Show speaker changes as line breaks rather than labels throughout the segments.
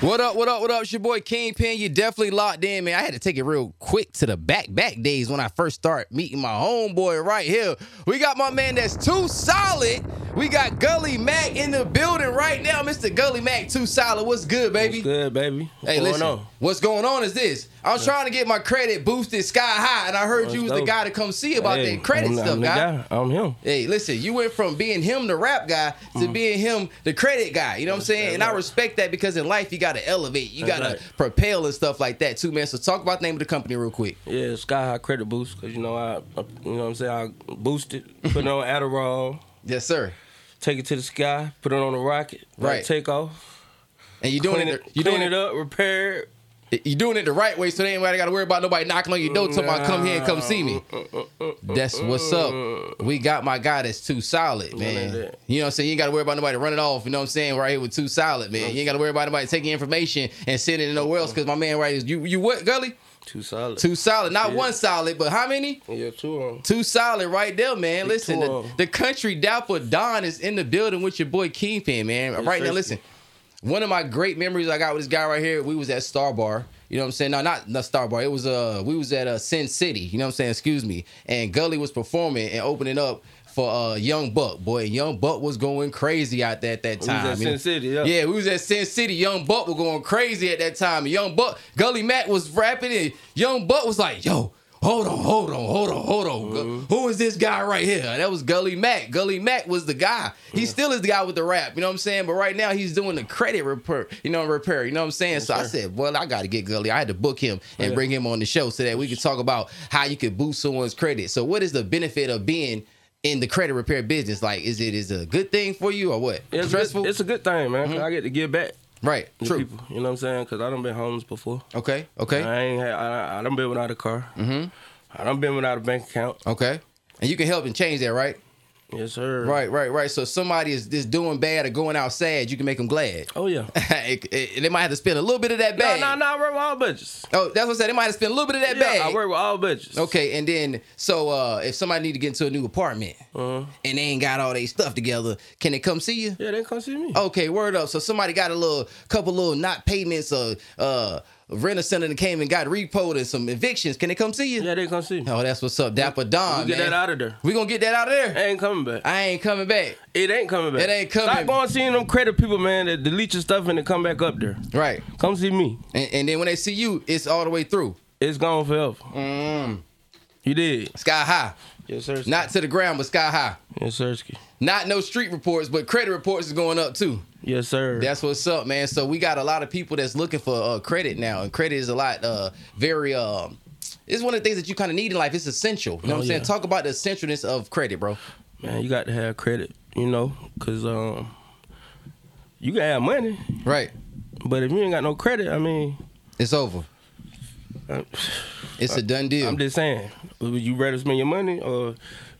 What up, what up, what up? It's your boy Kingpin. You definitely locked in, man. I had to take it real quick to the back back days when I first started meeting my homeboy right here. We got my man that's too solid. We got Gully Mac in the building right now. Mr. Gully Mac, too solid. What's good, baby?
What's good, baby? What's
Hey,
going
listen.
on?
What's going on is this. I was trying to get my credit boosted sky high, and I heard you was
That's
the
dope.
guy to come see about
Hey,
that credit
I'm, the-
stuff,
I'm the
guy.
guy. I'm him.
Hey, listen, you went from being him the rap guy to
Mm-hmm.
being him the credit guy. You know what I'm saying? And I respect that because in life you gotta elevate, you
That's
gotta
right.
propel and stuff like that too, man. So talk about the name of the company real quick.
Yeah, Sky High Credit Boost, cause you know I, I- you know what I'm saying I boosted, put it on Adderall,
Yes, sir.
take it to the sky, put it on a rocket, let it
Right.
Take off.
And you doing
clean
it,
it,
you doing it,
clean it up, repair it.
you doing it the right way, so they ain't gotta worry about nobody knocking on your door talking about come here and come see me. That's what's up. We got my guy that's too solid, man.
that.
You know what I'm saying? You ain't gotta worry about nobody running off, you know what I'm saying, right here with too solid, man. You ain't gotta worry about nobody taking information and sending it nowhere else because my man right is you you what, Gully?
Too solid.
Two solid, not
Yeah.
one solid, but how many?
Yeah, um, two of 'em.
Two solid right there, man. Listen,
two
the,
of 'em.
the country dapper Don is in the building with your boy Kingpin, man. right now,
sir.
listen. One of my great memories I got with this guy right here, we was at Star Bar. You know what I'm saying? No, not, not Star Bar. It was uh we was at uh Sin City, you know what I'm saying? Excuse me. And Gully was performing and opening up for uh Young Buck. Boy, Young Buck was going crazy out there at that
at
time. you
Sin
know?
City, yeah.
Yeah, we was at Sin City. Young Buck was going crazy at that time. Young Buck, Gully Mac was rapping, and Young Buck was like, "Yo, hold on, hold on, hold on, hold on. Gu-
Mm-hmm.
Who is this guy right here?" That was Gully Mac. Gully Mac was the guy. He still is the guy with the rap. You know what I'm saying? But right now he's doing the credit repair. You know repair. You know what I'm saying? so I said, "Well, I got to get Gully. I had to book him and
Yeah.
bring him on the show so that we could talk about how you could boost someone's credit." So, what is the benefit of being in the credit repair business, like, is it is it a good thing for you or what?
It's, a
Stressful,
good, it's a good thing, man. 'cause I get to give back
right?
to
True.
people. You know what I'm saying? Cause I done been homeless before.
Okay. Okay.
I ain't had. I, I done been without a car. Mm-hmm. I done been without a bank account.
Okay. And you can help and change that, right?
Yes, sir.
Right, right, right. So if somebody is just doing bad or going out sad, you can make them glad.
Oh yeah.
It- it- they might have to spend a little bit of that
no,
bag.
no, no. I work with all budgets.
Oh, that's what I said. They might have spent a little bit of that
Yeah,
bag.
I work with all budgets.
Okay, and then so uh if somebody need to get into a new apartment
Uh-huh.
and they ain't got all their stuff together, can they come see you?
Yeah, they come see me.
Okay, word up. So somebody got a little couple little not payments or uh renter center that came and got repoed and some evictions. Can they come see you?
Yeah, they come see me.
Oh, that's what's up. Dapper Don.
We get
man.
that out of there.
We gonna get that out of there.
It ain't coming back.
I ain't coming back.
It ain't coming back.
It ain't coming.
Stop going seeing them credit people, man, that delete your stuff and then come back up there.
Right.
Come see me.
And, and then when they see you, it's all the way through.
It's gone forever.
Mm.
You did.
Sky high.
Yes, sir.
Not to the ground, but sky high.
Yes, sir.
Not no street reports, but credit reports is going up too.
Yes, sir.
That's what's up, man. So we got a lot of people that's looking for uh, credit now, and credit is a lot uh, very. Um, it's one of the things that you kind of need in life. It's essential. You know what I'm
Oh,
saying?
yeah.
Talk about the essentialness of credit, bro.
man, you got to have credit, you know, because um, you can have money,
Right.
but if you ain't got no credit, I mean, uh,
It's over.
I-
It's a done deal.
I'm just saying, would you rather spend your money or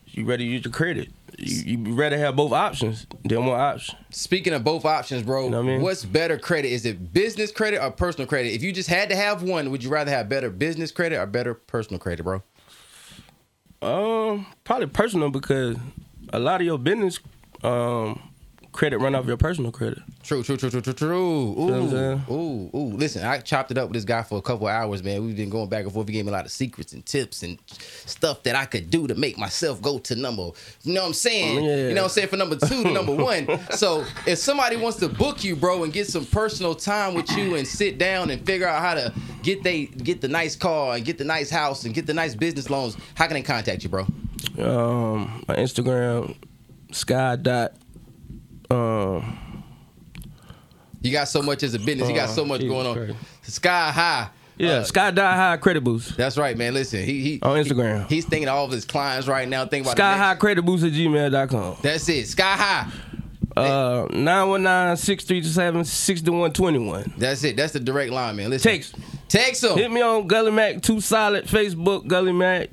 you rather use your credit? You, you rather have both options than one option.
Speaking of both options, bro,
know what I mean?
what's better credit? Is it business credit or personal credit? If you just had to have one, would you rather have better business credit or better personal credit, bro?
Um, probably personal because a lot of your business um credit run off your personal credit.
True, true, true, true, true, true.
what I'm saying?
Ooh, ooh, ooh. Listen, I chopped it up with this guy for a couple of hours, man. We've been going back and forth. He gave me a lot of secrets and tips and stuff that I could do to make myself go to number. You know what I'm saying?
Oh, Yeah.
You know what I'm saying? From number two to number one. So if somebody wants to book you, bro, and get some personal time with you and sit down and figure out how to get they get the nice car and get the nice house and get the nice business loans, how can they contact you, bro?
Um, my Instagram sky dot. Um,
You got so much as a business. You got so much
Oh, Jesus
going on.
Christ.
Sky high.
yeah,
Uh,
sky dot high credit boost.
That's right, man. Listen, he, he
On Instagram.
he- he's thinking of all of his clients right now. Think about the
Sky
next-
high credit boost at gmail.com.
That's it. Sky high.
Uh, 919 637 6121.
That's it. That's the direct line, man. Listen,
Text. me.
text him.
Hit me on Gully Mac, Too Solid, Facebook, Gully Mac.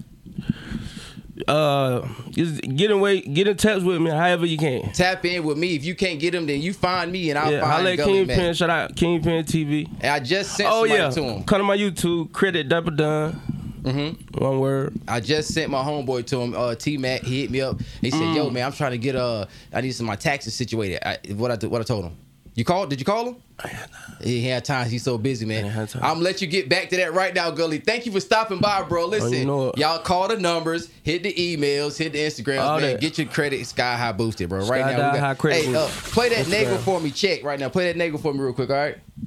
Uh, just get away, get in touch with me however you can.
Tap in with me. If you can't get him, then you find me and I'll
Yeah,
find
holla at
Gully
Kingpin.
man.
Shout out Kingpin TV.
And I just sent
Oh
somebody
yeah,
to him.
come to my YouTube. Credit Dapper Done. Mm-hmm. One word.
I just sent my homeboy to him, uh, T Mac. He
Mm.
hit me up. He said, "Yo, man, I'm trying to get uh, I need some of my taxes situated." I, what I do- what I told him. You called? Did you call him? He had time. He's so busy, man.
I had time.
I'm gonna let you get back to that right now, Gully. Thank you for stopping by, bro. Listen,
Oh, know-
y'all call the numbers, hit the emails, hit the Instagrams,
All
man.
that.
Get your credit sky high boosted, bro. right
Sky
now, we
high credit
hey,
boost.
uh, play that
Instagram.
nagel for me. Check right now. Play that nagel for me real quick. All right.